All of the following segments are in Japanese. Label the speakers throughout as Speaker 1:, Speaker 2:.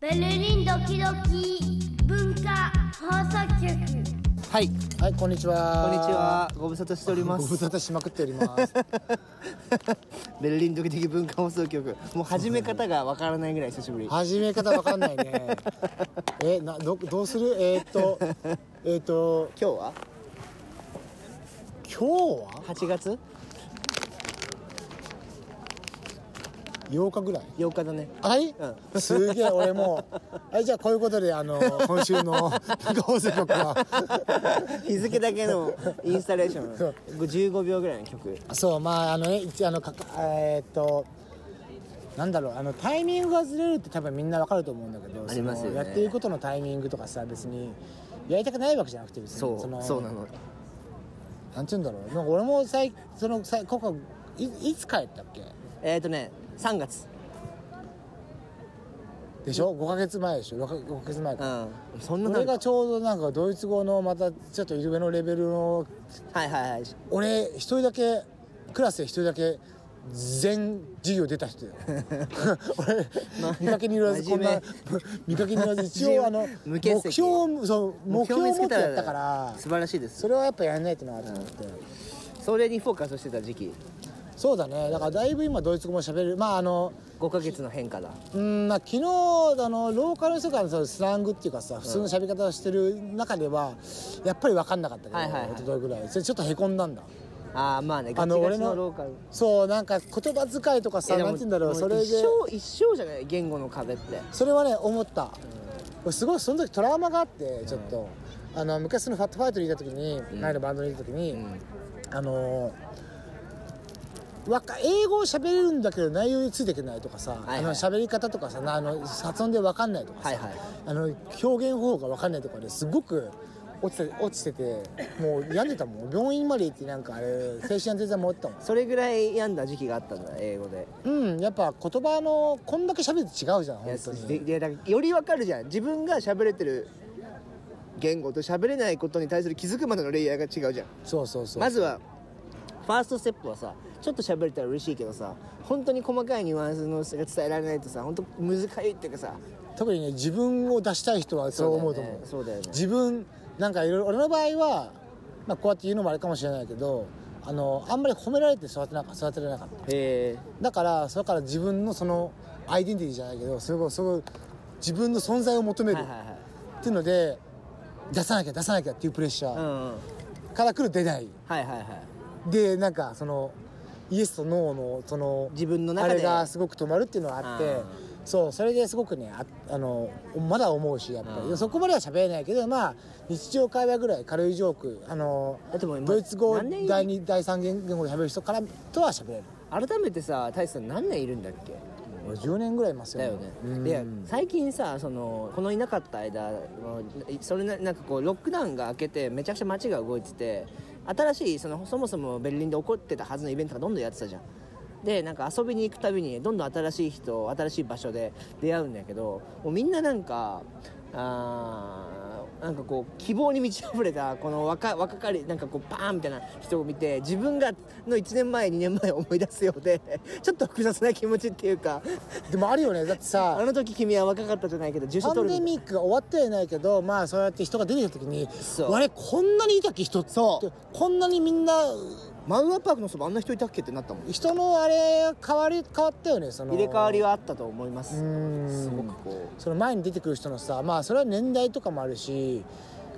Speaker 1: ベルリンドキドキ文化放送局
Speaker 2: はい、はい、こんにちは。
Speaker 3: こんにち。は。ご無沙汰しておりま
Speaker 2: ご無
Speaker 3: す。
Speaker 2: 沙汰しまくっております。
Speaker 3: ベルリンドキドキ文化放送局。もう始め方がわからないぐらい久しぶり。
Speaker 2: 始め方わかんな いね。え、な、ど、どうする、えー、っと、えー、っと、
Speaker 3: 今日は
Speaker 2: 今日は
Speaker 3: ?8 月
Speaker 2: 8日ぐらい。
Speaker 3: 8日だ ね。
Speaker 2: はい、
Speaker 3: う
Speaker 2: すげえ、俺も う。はい、じゃあ、こういうことで、あの、今週の、なんか放送 局は。
Speaker 3: 日付だけのインスタレーション。15秒ぐらいの曲。
Speaker 2: そう、まあ、あのね、一あの、かかえー、っと。なんだろうあのタイミングがずれるって多分みんなわかると思うんだけど
Speaker 3: ありますよね
Speaker 2: そのやっていくことのタイミングとかさ別にやりたくないわけじゃなくて別に
Speaker 3: そう、
Speaker 2: の
Speaker 3: そうなの。
Speaker 2: なんて言うんだろうなんか俺もさいそのさいここいいつ帰ったっけ
Speaker 3: えっ、ー、とね、3月。
Speaker 2: でしょ5か月前でしょ 6, ヶ月前
Speaker 3: う
Speaker 2: か、
Speaker 3: ん。そんな
Speaker 2: 俺
Speaker 3: なんか
Speaker 2: がちょうどなんかドイツ語のまたちょっと上のレベルの
Speaker 3: はいはいはい。
Speaker 2: 俺一人だけクラスで一人だけ全授業出た 人だよ俺見かけによらずこんな見かけによらず一応あの目
Speaker 3: 無欠
Speaker 2: 標
Speaker 3: 席
Speaker 2: をそう目標を持ってやったから
Speaker 3: 素晴らしいです。
Speaker 2: それはやっぱやんないとなと思って、
Speaker 3: それにフォーカスしてた時期。
Speaker 2: そうだねだからだいぶ今ドイツ語も喋るまああの
Speaker 3: 5ヶ月の変化だ。
Speaker 2: うんまあ、昨日あのローカルの人からのそのスラングっていうかさ普通の喋り方をしてる中ではやっぱり分かんなかったけど、
Speaker 3: はいはいはい
Speaker 2: 一昨日ぐらいそれちょっとへこんだんだ
Speaker 3: ああ、まあね、ガ
Speaker 2: あ
Speaker 3: チ
Speaker 2: の
Speaker 3: ガ
Speaker 2: 俺
Speaker 3: チのロ
Speaker 2: の
Speaker 3: ーカル。
Speaker 2: そうなんか言葉遣いとかさ
Speaker 3: えで
Speaker 2: な
Speaker 3: も
Speaker 2: んて言うんだろう
Speaker 3: も
Speaker 2: それで
Speaker 3: 一生、一生じゃない言語の壁って。
Speaker 2: それはね思った、俺すごいその時トラウマがあってちょっと、あの昔そのファットファイトにいた時に、前のバンドにいた時に、あのーわか英語を喋れるんだけど内容についていけないとかさ、
Speaker 3: いはい
Speaker 2: あの喋り方とかさなあの発音で分かんないとかさ、
Speaker 3: はいはい
Speaker 2: あの表現方法が分かんないとかですごく落ちて落ちててもう病んでたもん病院まで行ってなんかあれ精神安全剤もらったもん
Speaker 3: それぐらい病んだ時期があったんだ英語で
Speaker 2: うんやっぱ言葉のこんだけ喋って違うじゃん
Speaker 3: いや
Speaker 2: 本当に
Speaker 3: ででだからよりわかるじゃん自分が喋れてる言語と喋れないことに対する気づくまでのレイヤーが違うじゃん
Speaker 2: そうそうそう
Speaker 3: まずはファーストステップはさちょっと喋れたら嬉しいけどさ本当に細かいニュアンスのが伝えられないとさ本当難しいっていうかさ
Speaker 2: 特にね自分を出したい人はそう思うと思う
Speaker 3: そうだよねそうだよね
Speaker 2: 自分なんかいろいろ俺の場合は、まあ、こうやって言うのもあれかもしれないけどあのあんまり褒められて育てなか育てられなかった
Speaker 3: へえ
Speaker 2: だからそれから自分のそのアイデンティティじゃないけどそれこそそれこ自分の存在を求める
Speaker 3: はいはい
Speaker 2: っ
Speaker 3: はい
Speaker 2: ていうので、出さなきゃ出さなきゃっていうプレッシ
Speaker 3: う
Speaker 2: ャー
Speaker 3: んうん
Speaker 2: からくる出ない
Speaker 3: はいはいはい
Speaker 2: でなんかそのイエスとノーのその
Speaker 3: 自分の中で
Speaker 2: あれがすごく止まるっていうのがあって
Speaker 3: うん
Speaker 2: そうそれですごくねああのまだ思うしやっぱり、
Speaker 3: うん
Speaker 2: そこまでは喋れないけどまあ日常会話ぐらい軽いジョークあの
Speaker 3: だってもう今
Speaker 2: ドイツ語
Speaker 3: 何年
Speaker 2: 第2第3言語で喋る人からとは喋れる
Speaker 3: 改めてさ大志さん何年いるんだっけ
Speaker 2: 俺10年ぐらいいますよ
Speaker 3: だよ
Speaker 2: うん
Speaker 3: ねで最近さそのこのいなかった間もうそれななんかこうロックダウンが明けてめちゃくちゃ街が動いてて新しいそのそもそもベルリンで起こってたはずのイベントがどんどんやってたじゃんでなんか遊びに行くたびにどんどん新しい人新しい場所で出会うんだけどもうみんななんかあーなんかこう希望に満ち溢れたこの若若かりなんかこうパーンみたいな人を見て自分がの1年前2年前を思い出すようでちょっと複雑な気持ちっていうか
Speaker 2: でもあるよねだっ
Speaker 3: あ
Speaker 2: てさ
Speaker 3: の時君は若かったじゃないけど、住所
Speaker 2: パン
Speaker 3: 取
Speaker 2: デ
Speaker 3: るの。
Speaker 2: ミックが終わってはいないけどまあそうやって人が出てきた時に
Speaker 3: そう
Speaker 2: あれこんなにいたっけ人って
Speaker 3: そう
Speaker 2: こんなにみんな
Speaker 3: マウアパークのそばあんな人いたっけってなったもん。入
Speaker 2: 人のあれ変わり変わったよねその
Speaker 3: れ替わりはあったと思います。
Speaker 2: ん
Speaker 3: すごくこ
Speaker 2: その前に出てくる人のさまあそれは年代とかもあるし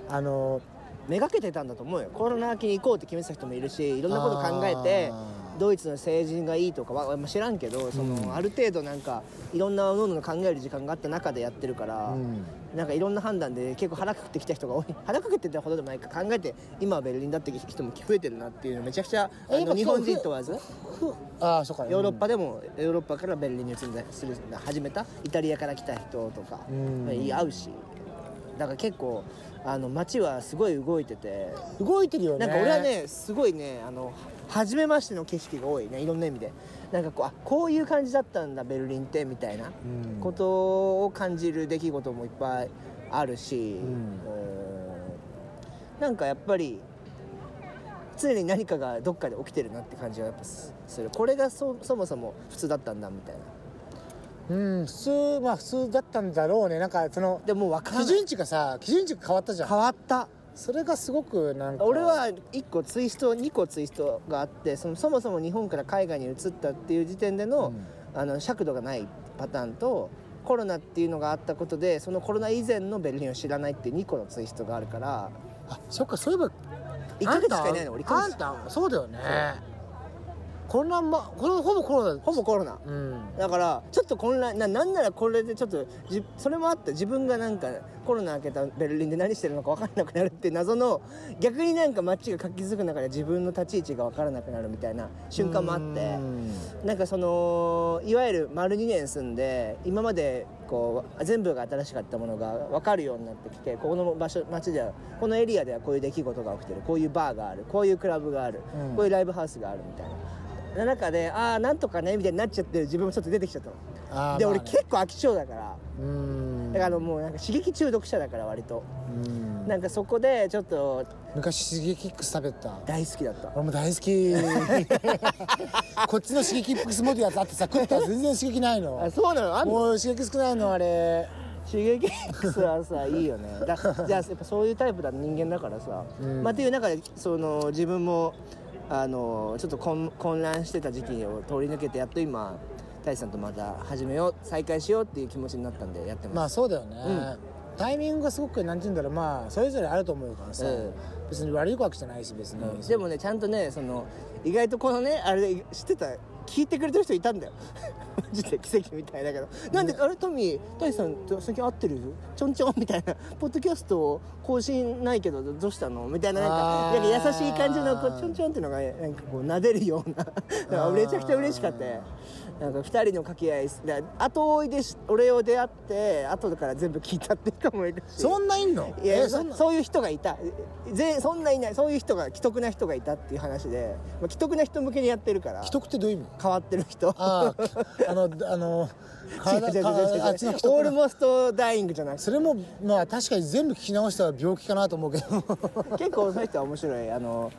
Speaker 2: あの
Speaker 3: う、めがけてたんだと思うよ。コロナ明けに行こうって決めてた人もいるし、いろんなこと考えて
Speaker 2: あー、
Speaker 3: ドイツの政治がいいとかは、まあ知らんけど、その、ある程度なんか、いろんなものの考える時間があった中でやってるから、
Speaker 2: ん
Speaker 3: なんかいろんな判断で結構腹くくってきた人が多い。 腹くくってたほどでもないか考えて、今はベルリンだって人も増えてるなっていうのめちゃくちゃ、あ
Speaker 2: えやっぱ
Speaker 3: の日本人問わず。
Speaker 2: ふああそうか
Speaker 3: ヨーロッパでも、ヨーロッパからベルリンに移りする始めたイタリアから来た人とか、
Speaker 2: うん
Speaker 3: 会うしだから結構あの街はすごい動いてて
Speaker 2: うん動いてるよね
Speaker 3: なんか俺はねすごいねあの初めましての景色が多いねいろんな意味でなんかこうあこういう感じだったんだベルリンってみたいな
Speaker 2: うん
Speaker 3: ことを感じる出来事もいっぱいあるし、
Speaker 2: ん
Speaker 3: うんなんかやっぱり常に何かがどっかで起きてるなって感じがやっぱすするこれがそそもそも普通だったんだみたいな
Speaker 2: うん普通まあ普通だったんだろうねなんかその
Speaker 3: でももう分から
Speaker 2: 基
Speaker 3: ない
Speaker 2: 準値がさ基準値が変わったじゃ
Speaker 3: 変
Speaker 2: ん
Speaker 3: わった
Speaker 2: それがすごくなんか
Speaker 3: 俺は1個ツイスト2個ツイストがあってそのそもそも日本から海外に移ったっていう時点での,、
Speaker 2: うん
Speaker 3: あの尺度がないパターンとコロナっていうのがあったことでそのコロナ以前のベルリンを知らないっていう2個のツイストがあるから
Speaker 2: あそっかそういえば
Speaker 3: 1ヶ月しかいないの俺1
Speaker 2: あ
Speaker 3: ヶ
Speaker 2: ん
Speaker 3: 月
Speaker 2: たあんたそうだよねこんなまこのほぼコロナ
Speaker 3: ほぼコロナ
Speaker 2: うん
Speaker 3: だからちょっと混乱ななんならこれでちょっとじそれもあって自分がなんかコロナ明けたベルリンで何してるのか分からなくなるっていう謎の逆になんか街が活気づく中で自分の立ち位置が分からなくなるみたいな瞬間もあって
Speaker 2: うん
Speaker 3: なんかそのいわゆる丸2年住んで今までこう全部が新しかったものが分かるようになってきてここの場所街ではこのエリアではこういう出来事が起きてるこういうバーがあるこういうクラブがある、
Speaker 2: うん
Speaker 3: こういうライブハウスがあるみたいな。な中でああなんとかねみたいになっちゃってる自分もちょっと出てきちゃったの。
Speaker 2: あー
Speaker 3: で俺
Speaker 2: まあね
Speaker 3: 結構飽き性だから
Speaker 2: うん
Speaker 3: だからあのもうなんか刺激中毒者だから割と
Speaker 2: うん
Speaker 3: なんかそこでちょっと
Speaker 2: 昔シゲキックス食べてた
Speaker 3: 大好きだった
Speaker 2: 俺も大好きこっちのシゲキックスモデルやつあってさ食ったら全然刺激ないの
Speaker 3: あそうなのあんの
Speaker 2: もう刺激少ないのあれ
Speaker 3: 刺激 X はさいいよねだじゃあやっぱそういうタイプだ人間だからさ、
Speaker 2: うん
Speaker 3: まあっていう中でその自分もあのちょっと混混乱してた時期を通り抜けてやっと今大地さんとまた始めよう再開しようっていう気持ちになったんでやって
Speaker 2: ま
Speaker 3: ま
Speaker 2: あ
Speaker 3: す、
Speaker 2: そうだよね、
Speaker 3: ん
Speaker 2: タイミングがすごくなんて言うんだろうまあそれぞれあると思うからさ、
Speaker 3: うん
Speaker 2: 別に悪いわけじゃないし別に、
Speaker 3: でもねちゃんとねその意外とこのねあれ知ってた聞いてくれてる人いたんだよ マジで奇跡みたいだけどなんで、あれトミー大地さんと最近会ってるちょんちょんみたいなポッドキャスト更新ないけどどうしたのみたいななん
Speaker 2: あ
Speaker 3: か
Speaker 2: ー
Speaker 3: なんか優しい感じのこうちょんちょんっていうのがなんかこう撫でる ようななんかめちゃくちゃ嬉しかったよなんか2人の掛け合いで後追いでし俺を出会って後から全部聞いたっていう人もいるし
Speaker 2: そんないんの
Speaker 3: いや
Speaker 2: えそん
Speaker 3: そ
Speaker 2: な
Speaker 3: そういう人がいた全そんないないそういう人が既得な人がいたっていう話で、まあ、既得な人向けにやってるから
Speaker 2: 既得ってどういう意味
Speaker 3: 変わってる人
Speaker 2: あああのあの 体
Speaker 3: 違う違う違う違う
Speaker 2: 体あっちの
Speaker 3: オ
Speaker 2: 人
Speaker 3: ールモストダイイングじゃなくて
Speaker 2: それもまあ確かに全部聞き直したら病気かなと思うけど
Speaker 3: 結構その人は面白いあの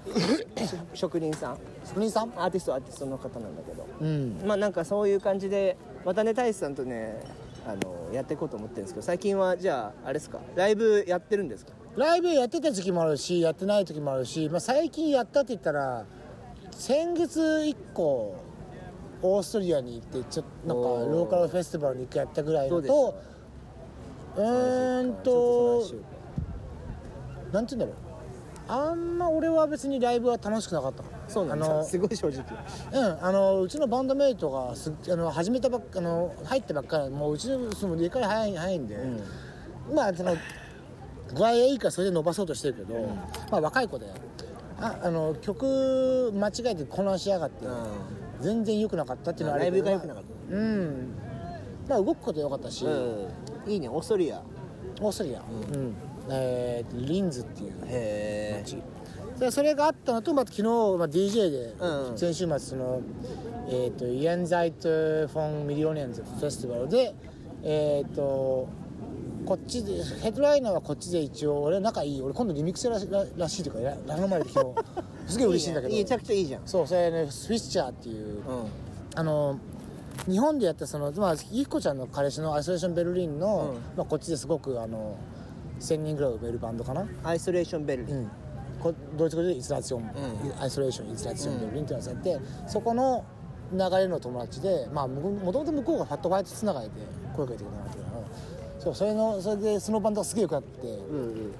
Speaker 3: 職人さん
Speaker 2: 職人さん
Speaker 3: アーティストはアーティストの方なんだけど、
Speaker 2: うん
Speaker 3: まあなんかそういう感じでまたね大志さんとねあのやっていこうと思ってるんですけど最近はじゃああれですかライブやってるんですか
Speaker 2: ライブやってた時期もあるしやってない時もあるし、まあ、最近やったって言ったら先月1個オーストリアに行ってちょっとなんか
Speaker 3: おー
Speaker 2: ローカルフェスティバルに1回やったぐらい
Speaker 3: どう
Speaker 2: の
Speaker 3: でし
Speaker 2: とうーん
Speaker 3: ちょ
Speaker 2: と
Speaker 3: っその話を
Speaker 2: なんて言うんだろうあんま俺は別にライブは楽しくなかったか
Speaker 3: そうなんで
Speaker 2: あの
Speaker 3: すすごい正直
Speaker 2: うん、あのうちのバンドメイトがすあの始めたばっかあの入ってばっかりもううちのその家から早い早いんで、まあその具合がいいからそれで伸ばそうとしてるけど、まあ若い子でああの曲間違えてこなしやがって、全然良くなかったっていうのはあ
Speaker 3: ライ
Speaker 2: れ
Speaker 3: ブが良くなかっ
Speaker 2: ったうんまあ動くことは良かったし、
Speaker 3: た、いいねオーストリア
Speaker 2: オーストリア、うんえーリンズっていう
Speaker 3: へえ
Speaker 2: でそれがあったのと、まあ、昨日、まあ、DJ で、
Speaker 3: うん
Speaker 2: 先週末その、えー、とイエンザイト・フォン・ミリオネンズフェスティバルで、えー、とこっちでヘッドライナーはこっちで一応俺仲いい俺今度リミックスやらしららしいとからら頼まれて昨 日すげえ嬉しいんだけど
Speaker 3: めちゃくちゃいいじゃん
Speaker 2: そうそれねスウィッチャーっていう、
Speaker 3: うん
Speaker 2: あの日本でやったその、まあ、ゆきこちゃんの彼氏のアイソレーションベルリン
Speaker 3: う
Speaker 2: の、
Speaker 3: ん
Speaker 2: まあ、こっちですごくあの1000人ぐらいを埋めるバンドかな、
Speaker 3: アイソレーションベルリ
Speaker 2: う
Speaker 3: ン、
Speaker 2: ん、こドイツ語でイスラション、
Speaker 3: う
Speaker 2: アイソレーションイスラションベルリンっていうのがあって、そこの流れの友達で、まあ、ももともと向こうがファットファイトつながりで声かけてくれたんだけどそうそれのそれでそのバンドがすげえよくなって、
Speaker 3: うんうん、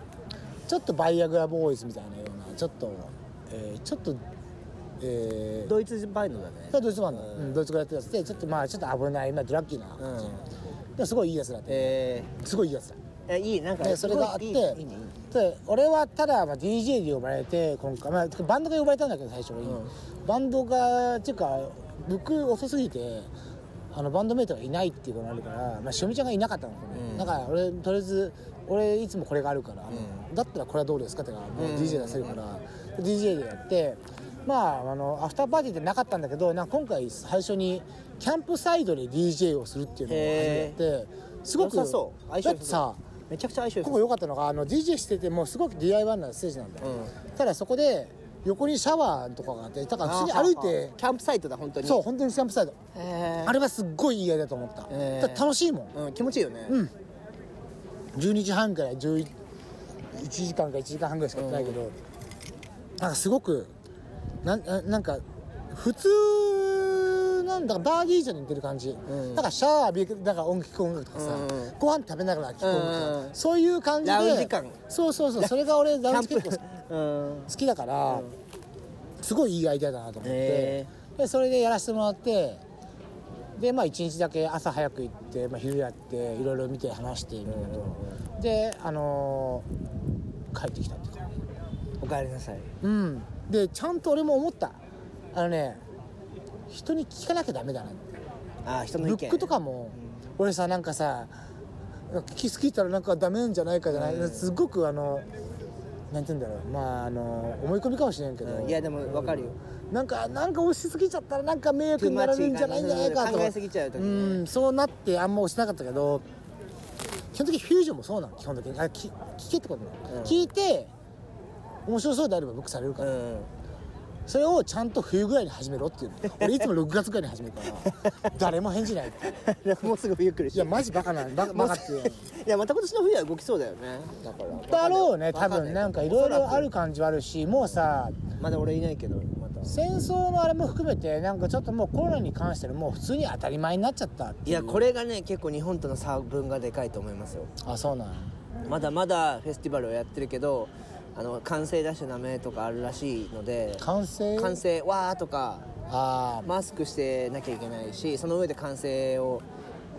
Speaker 2: ちょっとバイアグラボーイズみたいなようなちょっと、えーちょっと、えー
Speaker 3: ドイツバインドだね
Speaker 2: それはドイツバンド、うんドイツ語やってるやつでちょっとまあちょっと危ない、まあ、ドラッキーな感じ、でもすごいいいやつだって、
Speaker 3: え
Speaker 2: すごいいいやつだ
Speaker 3: ー、いやいいなんか
Speaker 2: でそれがあって
Speaker 3: すごいいいいいねいいね
Speaker 2: で俺はただ、まあ、DJ で呼ばれて今回、まあ、バンドが呼ばれたんだけど最初に、バンドがっていうか僕遅すぎてあのバンドメイトがいないっていうことになるから、まあ、しおみちゃんがいなかったのかね、だから俺とりあえず俺いつもこれがあるから、だったらこれはどうですかってかもう DJ 出せるから、DJ でやってまああのアフターパーティーってなかったんだけどなんか今回最初にキャンプサイドで DJ をするっていうのを始めてすごく
Speaker 3: 良さそう相性
Speaker 2: だっ
Speaker 3: 良
Speaker 2: て
Speaker 3: さ
Speaker 2: さ
Speaker 3: そうめちゃくちゃ相性良
Speaker 2: こ
Speaker 3: さそ
Speaker 2: こ
Speaker 3: う
Speaker 2: 良かったのがあの DJ しててもうすごく DIY なステージなんだよ、
Speaker 3: う
Speaker 2: ただそこで横にシャワーとかがあってだから普通に
Speaker 3: あー
Speaker 2: 歩いて
Speaker 3: キャンプサイトだ本当に
Speaker 2: そう本当にキャンプサイト
Speaker 3: へえ
Speaker 2: あれはすっごいいいアイデアだと思った、
Speaker 3: えー
Speaker 2: だから楽しいもん
Speaker 3: うん、気持ちいいよね、
Speaker 2: うん12時半から11 1時間か1時間半ぐらいしかやってないけど、なんかすごくなんななんか普通なんだかバーディーじゃに似てる感じ、
Speaker 3: うん
Speaker 2: だからシャワー浴びるだから音楽聴く音楽とかさ、
Speaker 3: うん
Speaker 2: ご飯食べながら聴く音楽とか、
Speaker 3: うん
Speaker 2: そういう感じで
Speaker 3: ラウンジ感
Speaker 2: そうそうそうそれが俺
Speaker 3: キ
Speaker 2: ラウ
Speaker 3: ャ
Speaker 2: ン
Speaker 3: ン
Speaker 2: ジ結構
Speaker 3: プ、うん、
Speaker 2: 好きだから、すごいいいアイデアだなと思って、
Speaker 3: へ
Speaker 2: でそれでやらせてもらってでまあ1日だけ朝早く行って、まあ、昼やっていろいろ見て話してみたいなと、であのー帰ってきたっていうか
Speaker 3: おかえりなさい
Speaker 2: うんでちゃんと俺も思ったあのね人に聞かなきゃダメだなって
Speaker 3: あー人の意
Speaker 2: ブ
Speaker 3: 見
Speaker 2: ックとかも、俺さなんかさ聞きすぎたらなんかダメなんじゃないかじゃない、すっごくあのなんて言うんだろうまああの思い込みかもしれんけど、
Speaker 3: うんいやでもわかるよ、
Speaker 2: なんかなんか押しすぎちゃったらなんか迷惑になられるんじゃないんじゃないか
Speaker 3: Too
Speaker 2: とか
Speaker 3: much 考えすぎちゃうときね
Speaker 2: んそうなってあんま押してなかったけど基本的にフュージョンもそうなの基本的にあき聞けってことなの、
Speaker 3: うん
Speaker 2: 聞いて面白そうであれば僕されるか
Speaker 3: う
Speaker 2: ら、
Speaker 3: ん、
Speaker 2: それをちゃんと冬ぐらいに始めろっていうの 俺いつも6月ぐらいに始めるから誰も返事ないって
Speaker 3: もうすぐ冬来るし
Speaker 2: いやマジバカな バカバカってい
Speaker 3: い
Speaker 2: う
Speaker 3: やまた今年の冬は動きそうだよねだから
Speaker 2: だろうね多分なんかいろいろある
Speaker 3: か
Speaker 2: 感じはあるしもうさ
Speaker 3: まだ俺いないけどまた
Speaker 2: 戦争のあれも含めてなんかちょっともうコロナに関してのもう普通に当たり前になっちゃったって
Speaker 3: い
Speaker 2: いう
Speaker 3: やこれがね結構日本との差分がでかいと思いますよ
Speaker 2: あそうなん
Speaker 3: まだまだフェスティバルをやってるけどあの完成出しちゃダメとかあるらしいので
Speaker 2: 完成
Speaker 3: 完成わーとか
Speaker 2: ああ、
Speaker 3: マスクしてなきゃいけないしその上で完成を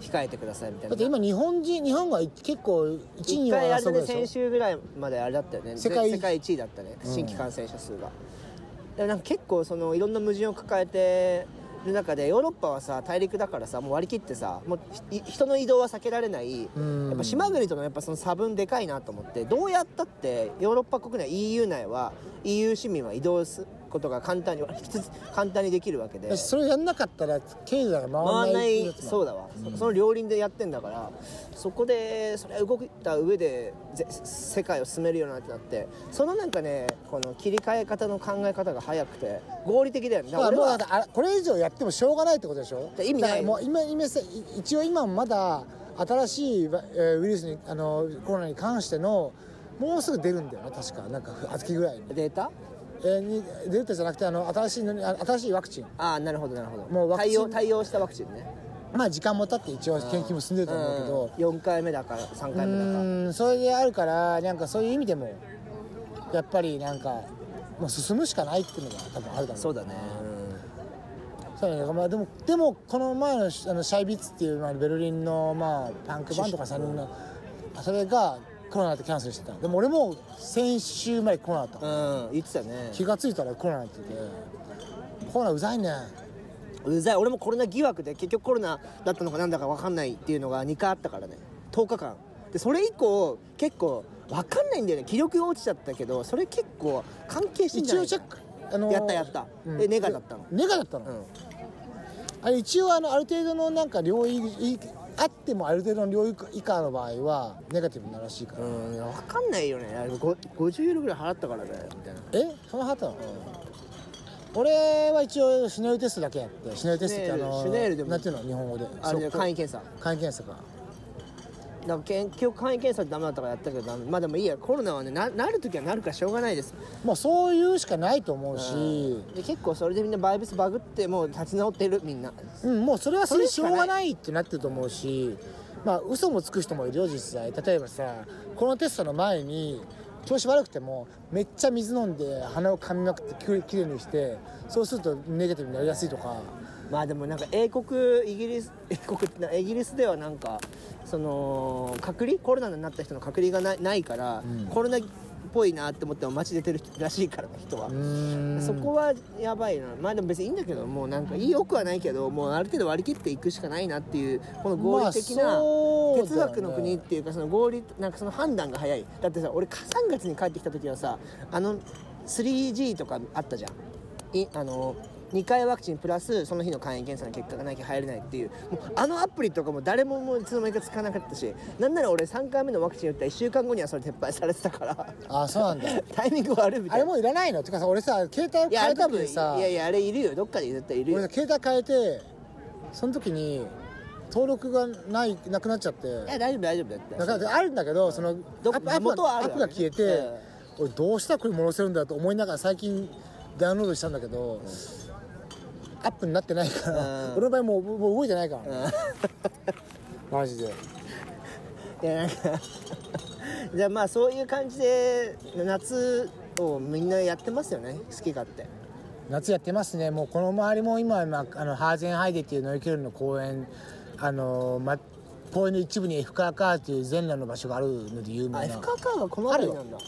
Speaker 3: 控えてくださいみたい
Speaker 2: だ
Speaker 3: な
Speaker 2: って今日本人日本が結構一
Speaker 3: 一
Speaker 2: 二を
Speaker 3: 回あれ
Speaker 2: 争
Speaker 3: だね
Speaker 2: うでしょ
Speaker 3: 先週ぐらいまであれだったよね
Speaker 2: 世界一
Speaker 3: 世界1位だったね新規感染者数が、でもなんか結構そのいろんな矛盾を抱えてる中でヨーロッパはさ大陸だからさもう割り切ってさもうひ人の移動は避けられない、
Speaker 2: うん
Speaker 3: やっぱ島国とのやっぱその差分でかいなと思ってどうやったってヨーロッパ国内 EU 内は EU 市民は移動することが簡単に簡単にできるわけで
Speaker 2: だしそれやんなかったら経済が回らな
Speaker 3: 回
Speaker 2: い
Speaker 3: んない
Speaker 2: やつも
Speaker 3: そうだわ、そその両輪でやってんだからそこでそれ動いた上でぜ世界を進めるようになってなってそのなんかねこの切り替え方の考え方が早くて合理的だよねだ
Speaker 2: だか
Speaker 3: からら
Speaker 2: もう
Speaker 3: 俺は
Speaker 2: だってあこれ以上やってもしょうがないってことでしょ
Speaker 3: だ意味ない
Speaker 2: だからもう今今さい一応今もまだ新しいばえーウイルスにあのコロナに関してのもうすぐ出るんだよね確かなんか月ぐらいに,、
Speaker 3: データ
Speaker 2: えーにデルタじゃなくてあの新しいのにあ新しいワクチン
Speaker 3: ああなるほどなるほど
Speaker 2: もうワクチン
Speaker 3: 対応対応したワクチンね
Speaker 2: まあ時間も経って一応研究も進んでると思うけど、
Speaker 3: うん、4回目だから3回目だから
Speaker 2: うんそれであるからなんかそういう意味でもやっぱりなんかもう進むしかないっていうのが多分あるだろう
Speaker 3: そうだね、
Speaker 2: そうだねまあでもでもこの前のあのシャイビッツっていう、まあ、ベルリンのまあパンクバンドか3人のあそれがコロナでキャンセルしてたでも俺も先週までコロナだっ
Speaker 3: う
Speaker 2: た
Speaker 3: ん、うん、言ってたね
Speaker 2: 気が付いたらコロナっててコロナうざいね
Speaker 3: うざい俺もコロナ疑惑で結局コロナだったのかなんだか分かんないっていうのが2回あったからね10日間でそれ以降結構分かんないんだよね気力が落ちちゃったけどそれ結構関係してんじゃな
Speaker 2: 一応
Speaker 3: い
Speaker 2: チェックあの
Speaker 3: やったやったえネガだったの
Speaker 2: ネガだったの、
Speaker 3: うん
Speaker 2: あれ一応あのある程度のなんか領域いあってもある程度の領域以下の場合はネガティブになるらしいから、
Speaker 3: うん分かんないよねあれご50ユーロぐらい払ったからだよみたいな
Speaker 2: えその旗、俺は一応シュネルテストだけやってシュネルテストってあの
Speaker 3: シュネールでも
Speaker 2: なんていうの日本語で
Speaker 3: あれだよ
Speaker 2: そ
Speaker 3: 簡易検査
Speaker 2: 簡易検査か
Speaker 3: だから結局簡易検査ってダメだったからやったけどダメまあでもいいやコロナはねななるときはなるからしょうがないです
Speaker 2: まあそういうしかないと思うし
Speaker 3: で結構それでみんなバイブスバグってもう立ち直ってるみんな
Speaker 2: うん、もうそれはそれし
Speaker 3: そ
Speaker 2: ょ
Speaker 3: れしか
Speaker 2: う
Speaker 3: ない
Speaker 2: がないってなってると思うしまあ嘘もつく人もいるよ実際例えばさこのテストの前に調子悪くてもめっちゃ水飲んで鼻を噛みまくってきれいきれいにしてそうするとネガティブになりやすいとか
Speaker 3: まあでもなんか英国イギリス英国ってなイギリスではなんかその隔離コロナになった人の隔離がないないから、コロナっぽいなって思っても街出てる人らしいからね人は、そこはやばいなまあでも別にいいんだけどもうなんかいいよくはないけどもうある程度割り切っていくしかないなっていうこの合理的
Speaker 2: まあ
Speaker 3: な
Speaker 2: そうだよね
Speaker 3: 哲学の国っていうかその合理なんかその判断が早いだってさ俺3月に帰ってきた時はさあの 3G とかあったじゃんいあの2回ワクチンプラスその日の簡易検査の結果がなきゃ入れないっていうもうあのアプリとかも誰ももういつの間にか使わなかったしなんなら俺3回目のワクチン打った1週間後にはそれ撤廃されてたから
Speaker 2: ああそうなんだ
Speaker 3: タイミング悪いみた
Speaker 2: あ
Speaker 3: い
Speaker 2: れ
Speaker 3: な
Speaker 2: もういらないのてかさ俺さ携帯を
Speaker 3: いやあ
Speaker 2: 変え
Speaker 3: れ
Speaker 2: た
Speaker 3: 多
Speaker 2: 分
Speaker 3: 分
Speaker 2: さ
Speaker 3: いやいやあれいるよどっかで絶対いるよ
Speaker 2: 俺さ携帯変えてその時に登録がないなくなっちゃって
Speaker 3: いや大丈夫大丈夫だって
Speaker 2: だからあるんだけどその
Speaker 3: ど
Speaker 2: アップアップ
Speaker 3: 元は
Speaker 2: が
Speaker 3: あ
Speaker 2: ア
Speaker 3: る
Speaker 2: ップが消えて、
Speaker 3: うん
Speaker 2: 俺どうしたらこれ戻せるんだと思いながら最近ダウンロードしたんだけど、アップになってないから、
Speaker 3: うん
Speaker 2: 俺の場合もうもう動いてないから、ねマジで
Speaker 3: いやなんか じゃあまあそういう感じで夏をみんなやってますよね好き勝手
Speaker 2: 夏やってますねもうこの周りも今今あのハーゼンハイデっていう乗り切るの公園あの、ま、公園の一部に F カーカーっていう全裸の場所があるので有名
Speaker 3: あ
Speaker 2: な
Speaker 3: F カーカーはこの辺りなんだ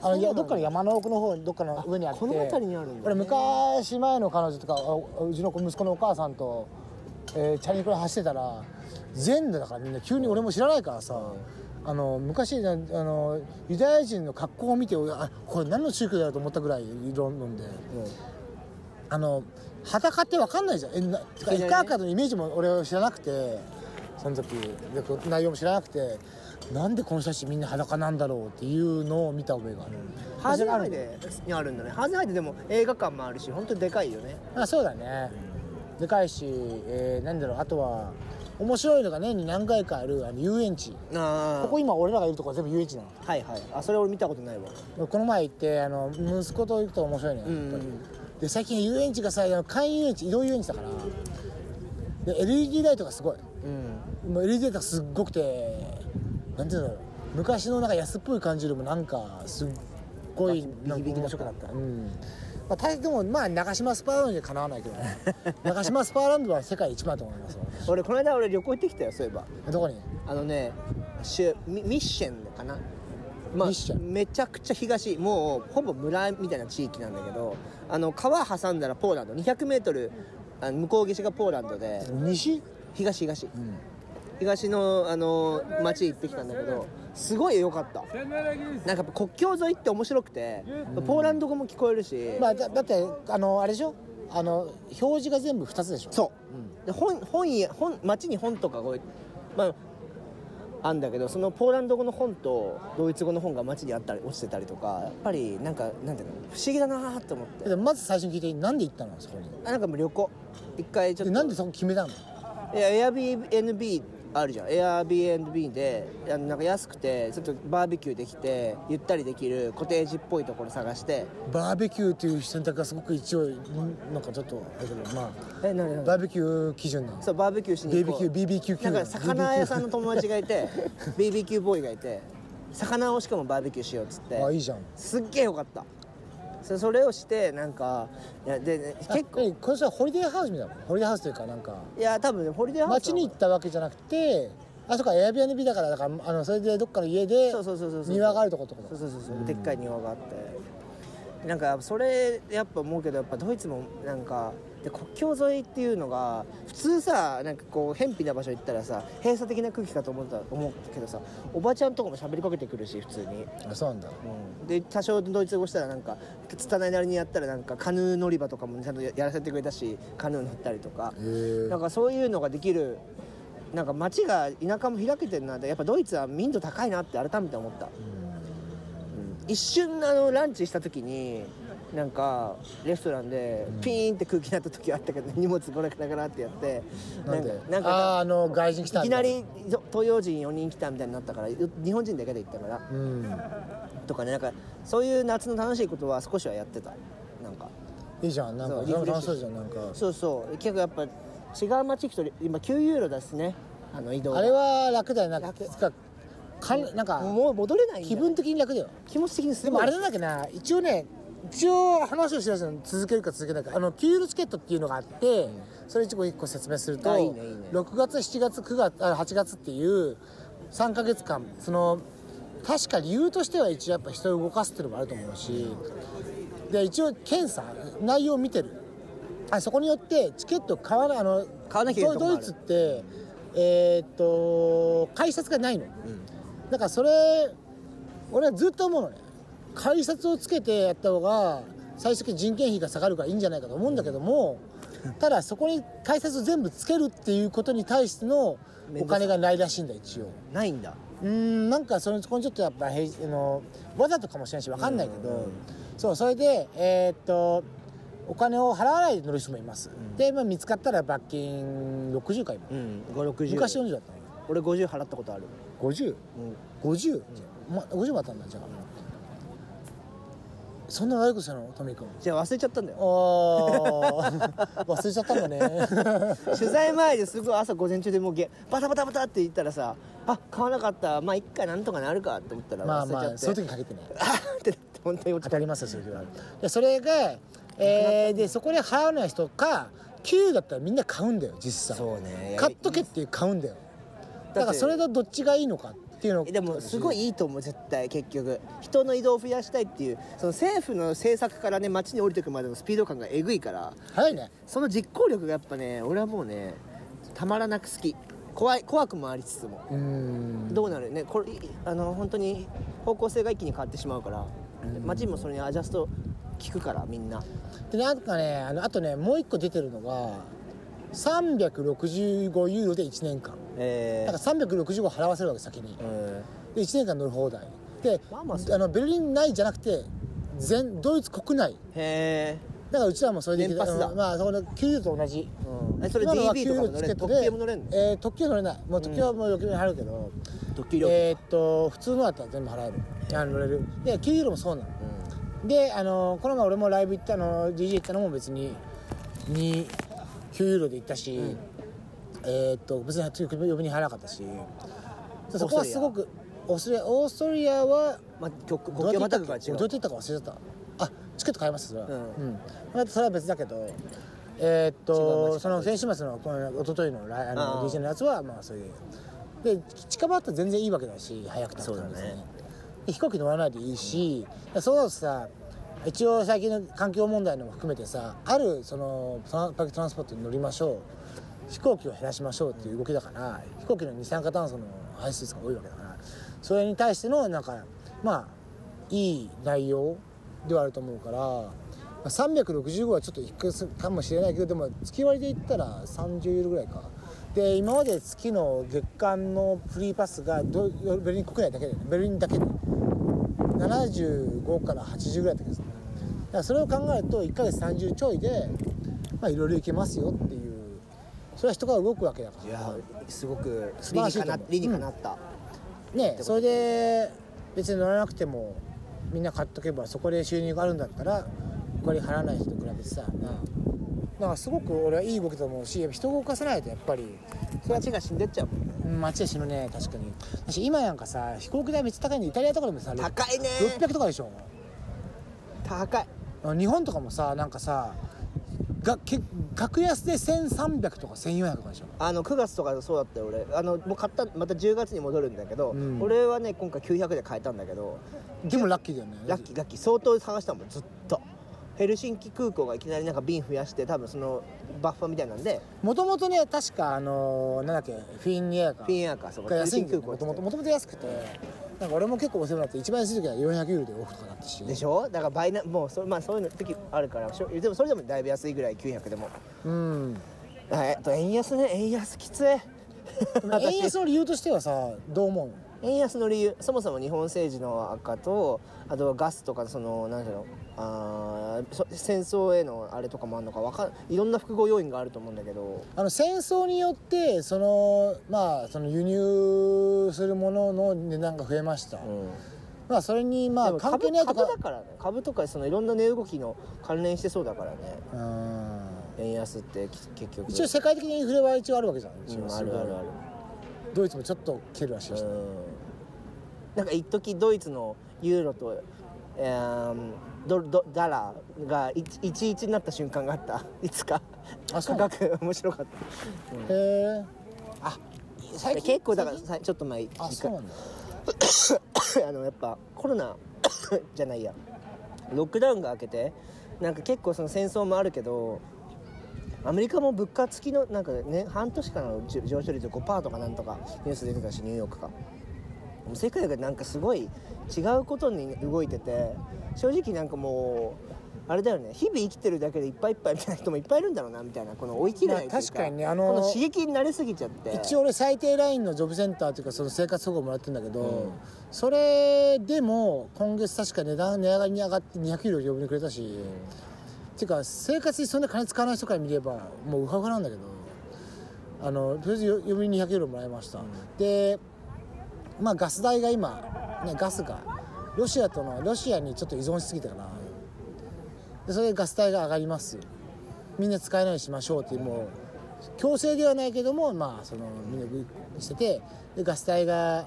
Speaker 3: あ
Speaker 2: あのいやどっかの
Speaker 3: や
Speaker 2: 山の奥の方にどっかの上にあって
Speaker 3: この辺りにあるんだ
Speaker 2: 俺昔前の彼女とかあうちの息子のお母さんと、えーチャリンコで走ってたら全部だからみんな急に俺も知らないからさ、あの昔なあのユダヤ人の格好を見て俺あこれ何の宗教だろうと思ったぐらいいろんなのであの裸って分かんないじゃんえなてか
Speaker 3: いきな
Speaker 2: イ
Speaker 3: りね
Speaker 2: カーカーのイメージも俺は知らなくてその時でこう内容も知らなくてなんでこの人たちみんな裸なんだろうっていうのを見た覚えがある、
Speaker 3: ハーゼンハイデにあるんだねハーゼンハイデでも映画館もあるし本当にでかいよね
Speaker 2: あそうだねでかいし、えー、なんだろうあとは面白いのが年に何回かあるあの遊園地
Speaker 3: あ
Speaker 2: ここ今俺らがいるとこは全部遊園地なの
Speaker 3: はいはいあそれ俺見たことないわ
Speaker 2: 俺この前行ってあの息子と行くと面白いねやっぱり、
Speaker 3: うんうんうん
Speaker 2: で最近遊園地がさあの簡易遊園地移動遊園地だからで LED ライトがすごい
Speaker 3: うん
Speaker 2: もう LED ライトがすっごくてなんていうんだろう昔のなんか安っぽい感じよりもなんかすっごい
Speaker 3: バキビキビキだっ
Speaker 2: 面
Speaker 3: た
Speaker 2: 白かった、うんまあ、大でもまあ長島スパーランドにはかなわないけど ね長島スパーランドは世界一番だと思いますよ
Speaker 3: 俺この間俺旅行行ってきたよそういえば
Speaker 2: どこに
Speaker 3: あのねシュミミッシェンかな、まあ
Speaker 2: ミッシェ、ン
Speaker 3: めちゃくちゃ東もうほぼ村みたいな地域なんだけどあの川挟んだらポーランド 200m あの向こう岸がポーランドで
Speaker 2: 西
Speaker 3: 東東、東のあの町行ってきたんだけどすごい良かったなんかやっぱ国境沿いって面白くて、ポーランド語も聞こえるし、
Speaker 2: まあだだってあのあれでしょあの表示が全部2つでしょ
Speaker 3: そう、で本本や本町に本とかこうまああんだけどそのポーランド語の本とドイツ語の本が町にあったり落ちてたりとかやっぱりなんかなんていうの不思議だなと思って
Speaker 2: でまず最初に聞いてなんで行ったのそこに
Speaker 3: あなんかもう旅行一回ちょっ
Speaker 2: で
Speaker 3: と
Speaker 2: なんでそこ決めたの
Speaker 3: いやエア BNB あるじゃんエア BNB であのなんか安くてちょっとバーベキューできてゆったりできるコテージっぽいところ探して
Speaker 2: バーベキューという選択がすごく一応んなんかちょっとあれだけどま
Speaker 3: え何
Speaker 2: あ
Speaker 3: 何
Speaker 2: バーベキュー基準なの
Speaker 3: そうバーベキューしに行こう
Speaker 2: BBQ BBQ
Speaker 3: なんか魚屋さんの友達がいて BBQ ボーイがいて魚をしかもバーベキューしようっつって
Speaker 2: あいいじゃん
Speaker 3: すっげえよかったそそれをしてなんかいやでで
Speaker 2: 結
Speaker 3: 結
Speaker 2: 構
Speaker 3: 構
Speaker 2: これさホリデーハウスみたいなのホリデーハウスというかなんか
Speaker 3: いや多分ねホリデーハウス
Speaker 2: 街に行ったわけじゃなくてあそこはエアビアネビだからだからあのそれでどっかの家で
Speaker 3: そうそうそうそうそう
Speaker 2: 庭があるとことか
Speaker 3: そうそうそうそうでっかい庭があってなんかそれやっぱ思うけどやっぱドイツもなんかで国境沿いっていうのが普通さなんかこう偏僻な場所行ったらさ閉鎖的な空気かと思った思うけどさおばちゃんとかも喋りかけてくるし普通に
Speaker 2: あそうなんだ
Speaker 3: で多少ドイツ語したらなんか拙いなりにやったらなんかカヌー乗り場とかもちゃんとややらせてくれたしカヌー乗ったりとか
Speaker 2: へえ
Speaker 3: なんかそういうのができるなんか街が田舎も開けてるなってやっぱドイツは民度高いなって改めて思った、うん一瞬あのランチした時になんかレストランでピーンって空気になった時あったけど、荷物ゴラゴラゴラってやって
Speaker 2: なんで
Speaker 3: か
Speaker 2: なんかあーあの外人来
Speaker 3: い
Speaker 2: たんだ
Speaker 3: きなり東洋人4人来たみたいになったから日本人だけで行ったから、
Speaker 2: うん
Speaker 3: とかねなんかそういう夏の楽しいことは少しはやってたなんか
Speaker 2: いいじゃんなんか
Speaker 3: そう
Speaker 2: それも
Speaker 3: リフレッ
Speaker 2: 楽
Speaker 3: シ
Speaker 2: し
Speaker 3: ュ
Speaker 2: そうじゃんなんか
Speaker 3: そうそう結構やっぱ違う街行くと今9ユーロだしねあの移動が
Speaker 2: あれは楽だよなんか
Speaker 3: 楽
Speaker 2: つかかんなんか
Speaker 3: もう戻れないんだ
Speaker 2: 気
Speaker 3: よ
Speaker 2: 分的に楽だよ
Speaker 3: 気持ち的にす
Speaker 2: で
Speaker 3: ご
Speaker 2: も
Speaker 3: い
Speaker 2: あれなんだっけな一応ね一応話をしだしたの続けるか続けないかあの給油チケットっていうのがあって、それ一個一個説明すると
Speaker 3: あいいねいいね
Speaker 2: 6月7月9月あ8月っていう3か月間その確か理由としては一応やっぱ人を動かすっていうのもあると思うしで一応検査内容を見てるあそこによってチケット買わなあの
Speaker 3: 買わなきゃいけないとこも
Speaker 2: ド
Speaker 3: あ
Speaker 2: イ
Speaker 3: る
Speaker 2: ツってえーっと改札がないの、だからそれ俺はずっと思うのね改札をつけてやった方が最終的に人件費が下がるからいいんじゃないかと思うんだけども、ただそこに解説を全部つけるっていうことに対してのお金がないらしいんだ一応。
Speaker 3: ないんだ
Speaker 2: うーんなんかそのそこにちょっとやっぱ平日あのわざとかもしれないしわかんないけど、そうそれでえーっとお金を払わないで乗る人もいます、で、まあ、見つかったら罰金60回も、
Speaker 3: うん560
Speaker 2: 昔40だったの
Speaker 3: 俺50払ったことある
Speaker 2: 50?50?、50ま、50もあったんだじゃあ、そんな悪いことしたのトミー君
Speaker 3: じゃあ忘れちゃったんだ
Speaker 2: あ
Speaker 3: よ
Speaker 2: ー 忘れちゃったんだね
Speaker 3: 取材前ですごい朝午前中でもうゲバタバタバタって言ったらさあ買わなかったまあ一回なんとかなるかって思ったら
Speaker 2: まあ
Speaker 3: 忘れちゃって、
Speaker 2: まあそういう時にかけてね
Speaker 3: あーってなって本当に落
Speaker 2: 当
Speaker 3: ち込
Speaker 2: たりますよそういう時はでそれが、えーでそこで払わない人か9だったらみんな買うんだよ実際
Speaker 3: そうね
Speaker 2: 買っとけっていう買うんだよだからそれとどっちがいいのかっていうのを
Speaker 3: でもすごいいいと思う絶対結局人の移動を増やしたいっていうその政府の政策からね街に降りてくまでのスピード感がえぐいから
Speaker 2: 早いね
Speaker 3: その実行力がやっぱね俺はもうねたまらなく好き怖い怖くもありつつも
Speaker 2: うーん
Speaker 3: どうなるねこれあの本当に方向性が一気に変わってしまうから街もそれにアジャスト効くからみんな
Speaker 2: でなんかねあのあとねもう一個出てるのが365ユーロで1年間
Speaker 3: え
Speaker 2: だから365払わせるわけ先に
Speaker 3: うん
Speaker 2: で1年間乗る放題で
Speaker 3: まあまあそう
Speaker 2: あのベルリン内じゃなくて全ドイツ国内
Speaker 3: へえ
Speaker 2: だからうちらもそれで行けた
Speaker 3: 年パスだ
Speaker 2: うんまあそこの給与と同じ、
Speaker 3: うんえそれ
Speaker 2: 今のは
Speaker 3: DB とかも乗れる特
Speaker 2: 給料チケットで
Speaker 3: 急も乗れるの
Speaker 2: えー特急は乗れないもう特急はもう余計に払うけど、
Speaker 3: 特急料金
Speaker 2: えーっと普通のだったら全部払えるあの乗れるで給料もそうなのであのこの前俺もライブ行ったの DJ 行ったのも別に2 9ユーロで行ったし、えーっと別に特急呼びに入らなかったしそこはすごくオーストリアオーストリアは
Speaker 3: まあ、曲
Speaker 2: ど
Speaker 3: 国境
Speaker 2: うやっ
Speaker 3: ま
Speaker 2: て
Speaker 3: た
Speaker 2: 行
Speaker 3: ぐ
Speaker 2: っ
Speaker 3: かは
Speaker 2: たか
Speaker 3: 違
Speaker 2: どう
Speaker 3: う
Speaker 2: やって行ったか忘れちゃったあチケット買いますそれは
Speaker 3: うん
Speaker 2: うんまたそれは別だけどえーっ
Speaker 3: 違う街
Speaker 2: と
Speaker 3: か
Speaker 2: その先週末のこの一昨日のライあ
Speaker 3: あ
Speaker 2: の
Speaker 3: ー
Speaker 2: DJ のやつはまあそれでで近場だったら全然いいわけだし早くた
Speaker 3: そうだね
Speaker 2: 飛行機乗らないでいいし、そうだとさ一応最近の環境問題のも含めてさあるそのトランパブリックトランスポートに乗りましょう飛行機を減らしましょうっていう動きだから、飛行機の二酸化炭素の排出が多いわけだからそれに対してのなんかまあいい内容ではあると思うから、まあ、365はちょっと低すかもしれないけどでも月割りで言ったら30ユーロぐらいか。で今まで月の月間のフリーパスがどベルリン国内だけで、ね、ベルリンだけで75から80ぐらいだったんですねだからそれを考えると1ヶ月30ちょいでまあいろいろ行けますよっていうそれは人が動くわけだか
Speaker 3: い
Speaker 2: ら
Speaker 3: やすごく
Speaker 2: 素晴
Speaker 3: 理
Speaker 2: ら
Speaker 3: に
Speaker 2: しいと
Speaker 3: か
Speaker 2: 思
Speaker 3: な
Speaker 2: う
Speaker 3: 理にかなった、
Speaker 2: ねそれで別に乗らなくてもみんな買っとけばそこで収入があるんだったらお金払わない人と比べてさなんかすごく俺はいい動きだと思うしやっぱ人を動かさないとやっぱり
Speaker 3: 街が死んでっちゃうもんね
Speaker 2: うん街で死ぬね確かに私今なんかさ飛行機代めっちゃ高いんでイタリアとかでもさ
Speaker 3: 高いね
Speaker 2: 600とかでしょ
Speaker 3: 高い
Speaker 2: あ日本とかもさなんかさがけ格安で1300とか1400とかでしょ
Speaker 3: あの9月とかそうだったよ俺あのもう買ったまた10月に戻るんだけど、
Speaker 2: うん
Speaker 3: 俺はね今回900で買えたんだけど
Speaker 2: でもラッキーだよね
Speaker 3: ラッキーラッキー相当探したもんずっとヘルシンキ空港がいきなりなんか便増やして多分そのバッファみたいなんで
Speaker 2: もともとね確かあのーなんだっけフィンエアか
Speaker 3: フィンエアかそこ
Speaker 2: が
Speaker 3: ヘル
Speaker 2: 安い
Speaker 3: シ
Speaker 2: ん
Speaker 3: ン
Speaker 2: だよ
Speaker 3: キ空港っ
Speaker 2: ねも
Speaker 3: て
Speaker 2: ともともともと安くてなんか俺も結構お世話になって一番安い時は400ユーロでオフとかだったし
Speaker 3: でしょだから倍なもうそ,、まあ、そういうの時あるからしょでもそれでもだいぶ安いぐらい900でも
Speaker 2: うん
Speaker 3: あえっと円安ね円安きつい
Speaker 2: 円安の理由としてはさどう思うの
Speaker 3: 円安の理由そもそも日本政治の悪化とあとはガスとかその何ていうのあーそ戦争へのあれとかもあるのかわかんいろんな複合要因があると思うんだけど
Speaker 2: あの戦争によってそのまあその輸入するものの値段が増えました、まあそれにま
Speaker 3: で
Speaker 2: あ
Speaker 3: も
Speaker 2: 関
Speaker 3: 株
Speaker 2: 係ないと
Speaker 3: 株
Speaker 2: か
Speaker 3: だからね株とかそのいろんな値動きの関連してそうだからね
Speaker 2: うん
Speaker 3: 円安ってき結局
Speaker 2: 一応世界的にインフレは一応あるわけじゃん、一
Speaker 3: う
Speaker 2: 応
Speaker 3: んあ
Speaker 2: すごい
Speaker 3: るあるある
Speaker 2: ドイツもちょっと来てるらしいし、
Speaker 3: うんなんか一時ドイツのユーロと、えー、ドルドダラーがいち11になった瞬間があった いつか
Speaker 2: あそ
Speaker 3: 価
Speaker 2: うなの
Speaker 3: 格面白かった
Speaker 2: へえあ最近
Speaker 3: 結構だから
Speaker 2: 最近
Speaker 3: さちょっと前
Speaker 2: あそうなんだ
Speaker 3: あのやっぱコロナ じゃないやロックダウンが明けてなんか結構その戦争もあるけどアメリカも物価付きのなんかね半年間のじゅ上昇率5%とかなんとかニュース出てたしニューヨークかもう世界がなんかすごい違うことに動いてて正直なんかもうあれだよね日々生きてるだけでいっぱいいっぱいみたいな人もいっぱいいるんだろうなみたいなこの追い切れないというか、
Speaker 2: まあ確かにねあの
Speaker 3: この刺激になりすぎちゃって
Speaker 2: 一応俺最低ラインのジョブセンターというかその生活保護もらってるんだけど、
Speaker 3: うん
Speaker 2: それでも今月確か値段値上がりに上がって200ユーロ呼びにくれたし、っていうか生活にそんな金使わない人から見ればもうウハウハなんだけどあのとりあえず呼びに200ユーロもらいました、でまあガス代が今、ね、ガスがロシアとのロシアにちょっと依存しすぎたからでそれでガス代が上がりますみんな使えないようにしましょうっていうもう強制ではないけどもまあそのみんなグイしててでガス代が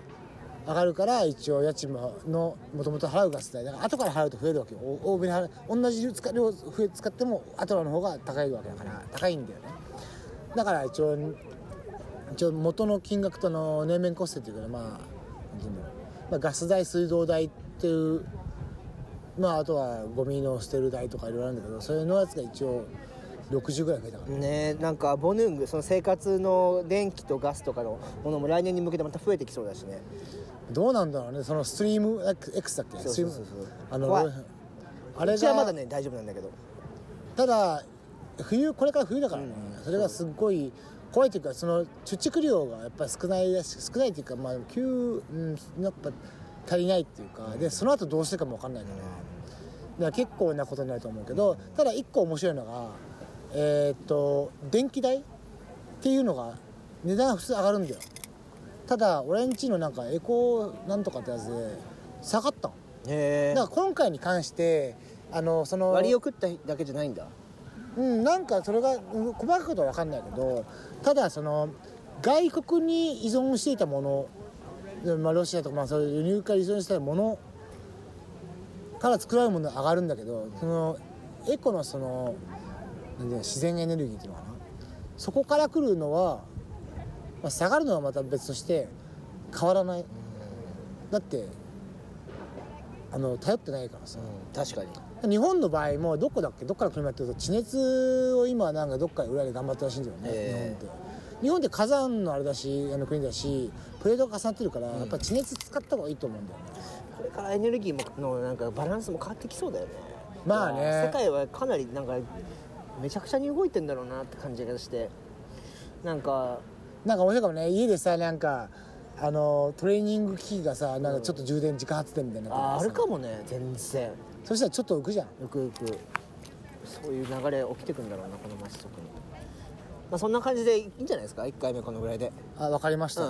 Speaker 2: 上がるから一応家賃ものもともと払うガス代だから後から払うと増えるわけよお多めに払う同じ量使量増え使っても後の方が高いわけだから高いんだよねだから一応一応元の金額との年面コストっていうからまあなんていうんだろうまあガス代水道代っていうまああとはゴミの捨てる代とかいろいろあるんだけどそういうのやつが一応60ぐらい増えたから、
Speaker 3: ねなんかボヌングその生活の電気とガスとかのものも来年に向けてまた増えてきそうだしね
Speaker 2: どうなんだろうねそのストリーム X だっけ
Speaker 3: そうそうそうそう
Speaker 2: ストリームあの
Speaker 3: 怖い
Speaker 2: あ
Speaker 3: あ
Speaker 2: れ
Speaker 3: うちは
Speaker 2: が
Speaker 3: まだね大丈夫なんだけど
Speaker 2: ただ冬これから冬だからね、それがすっごい怖いというかその貯蓄量がやっぱり少ないらし少ないというかまあ急、うん、やっぱ足りないっていうか、でその後どうしてかも分かんないから、だから結構なことになると思うけど、ただ一個面白いのがえーっと電気代っていうのが値段が普通上がるんだよただ俺んちのなんかエコーなんとかってやつで下がったの
Speaker 3: へ
Speaker 2: だから今回に関してあのその
Speaker 3: 割り送っただけじゃないんだ
Speaker 2: うん、なんかそれがうん細かいことは分かんないけどただその外国に依存していたもの、まあ、ロシアとかまあそういう輸入から依存していたものから作られるものは上がるんだけどそのエコのそのなんで自然エネルギーっていうのかなそこから来るのは、まあ、下がるのはまた別として変わらないだってあの頼ってないからさ、
Speaker 3: 確かに
Speaker 2: 日本の場合もどこだっけどっから車やってると地熱を今なんかどっか裏で頑張ったらしいんだよね、
Speaker 3: ええ
Speaker 2: 日本って日本って火山のあれだしあの国だしプレートが重なってるからやっぱ地熱使った方がいいと思うんだよね、
Speaker 3: これからエネルギーものなんかバランスも変わってきそうだよね
Speaker 2: まあね
Speaker 3: いや世界はかなりなんかめちゃくちゃに動いてんだろうなって感じがしてなんか
Speaker 2: なんか面白いかもね家でさなんかあのトレーニング機器がさなんかちょっと充電自家発電みたいになって
Speaker 3: あ
Speaker 2: さ
Speaker 3: あるかもね全然
Speaker 2: そしたらちょっと浮くじゃん
Speaker 3: よくよくそういう流れ起きてくんだろうなこの街特にまあそんな感じでいいんじゃないですか1回目このぐらいで、
Speaker 2: あ分かりました、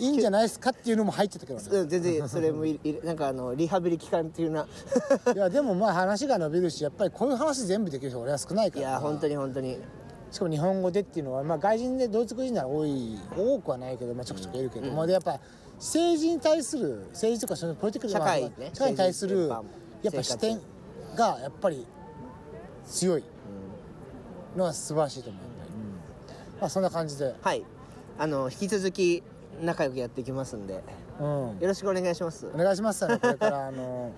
Speaker 2: いいんじゃないですかっていうのも入っちゃったけどね
Speaker 3: うん、全然それもいいなんかあのリハビリ期間っていうな
Speaker 2: いやでもまあ話が伸びるしやっぱりこういう話全部できる人俺は少ないか
Speaker 3: い
Speaker 2: ら
Speaker 3: や本当に本当に
Speaker 2: しかも日本語でっていうのは、まあ、外人でドイツ人なら多い多くはないけど、まあ、ちょくちょくいるけど、まあでやっぱ政治に対する政治とかそのポリティクル
Speaker 3: 社会ね
Speaker 2: まあ社会に対する
Speaker 3: 政治
Speaker 2: や
Speaker 3: 一
Speaker 2: っ
Speaker 3: 般
Speaker 2: ぱ視点がやっぱり強いのは素晴らしいと思う、やっぱりまあ、そんな感じで、
Speaker 3: はいあの引き続き仲良くやっていきますんで
Speaker 2: うん、お
Speaker 3: よろしくお願いします
Speaker 2: 願いし ますねこれからあの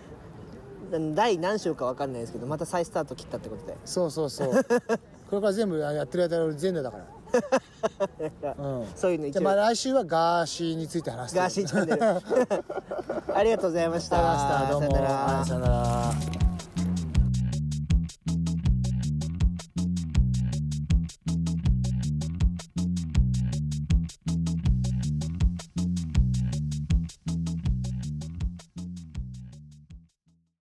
Speaker 3: 第何週か分かんないですけどまた再スタート切ったってことで
Speaker 2: そうそうそう これから全部やってる間俺全裸だから、うん、
Speaker 3: そういうの一
Speaker 2: で、
Speaker 3: 応
Speaker 2: まあ、来週はガーシーについて話して
Speaker 3: ガーシーチャンネルありがとうございました
Speaker 2: あーどうも
Speaker 3: さよなら
Speaker 2: さよなら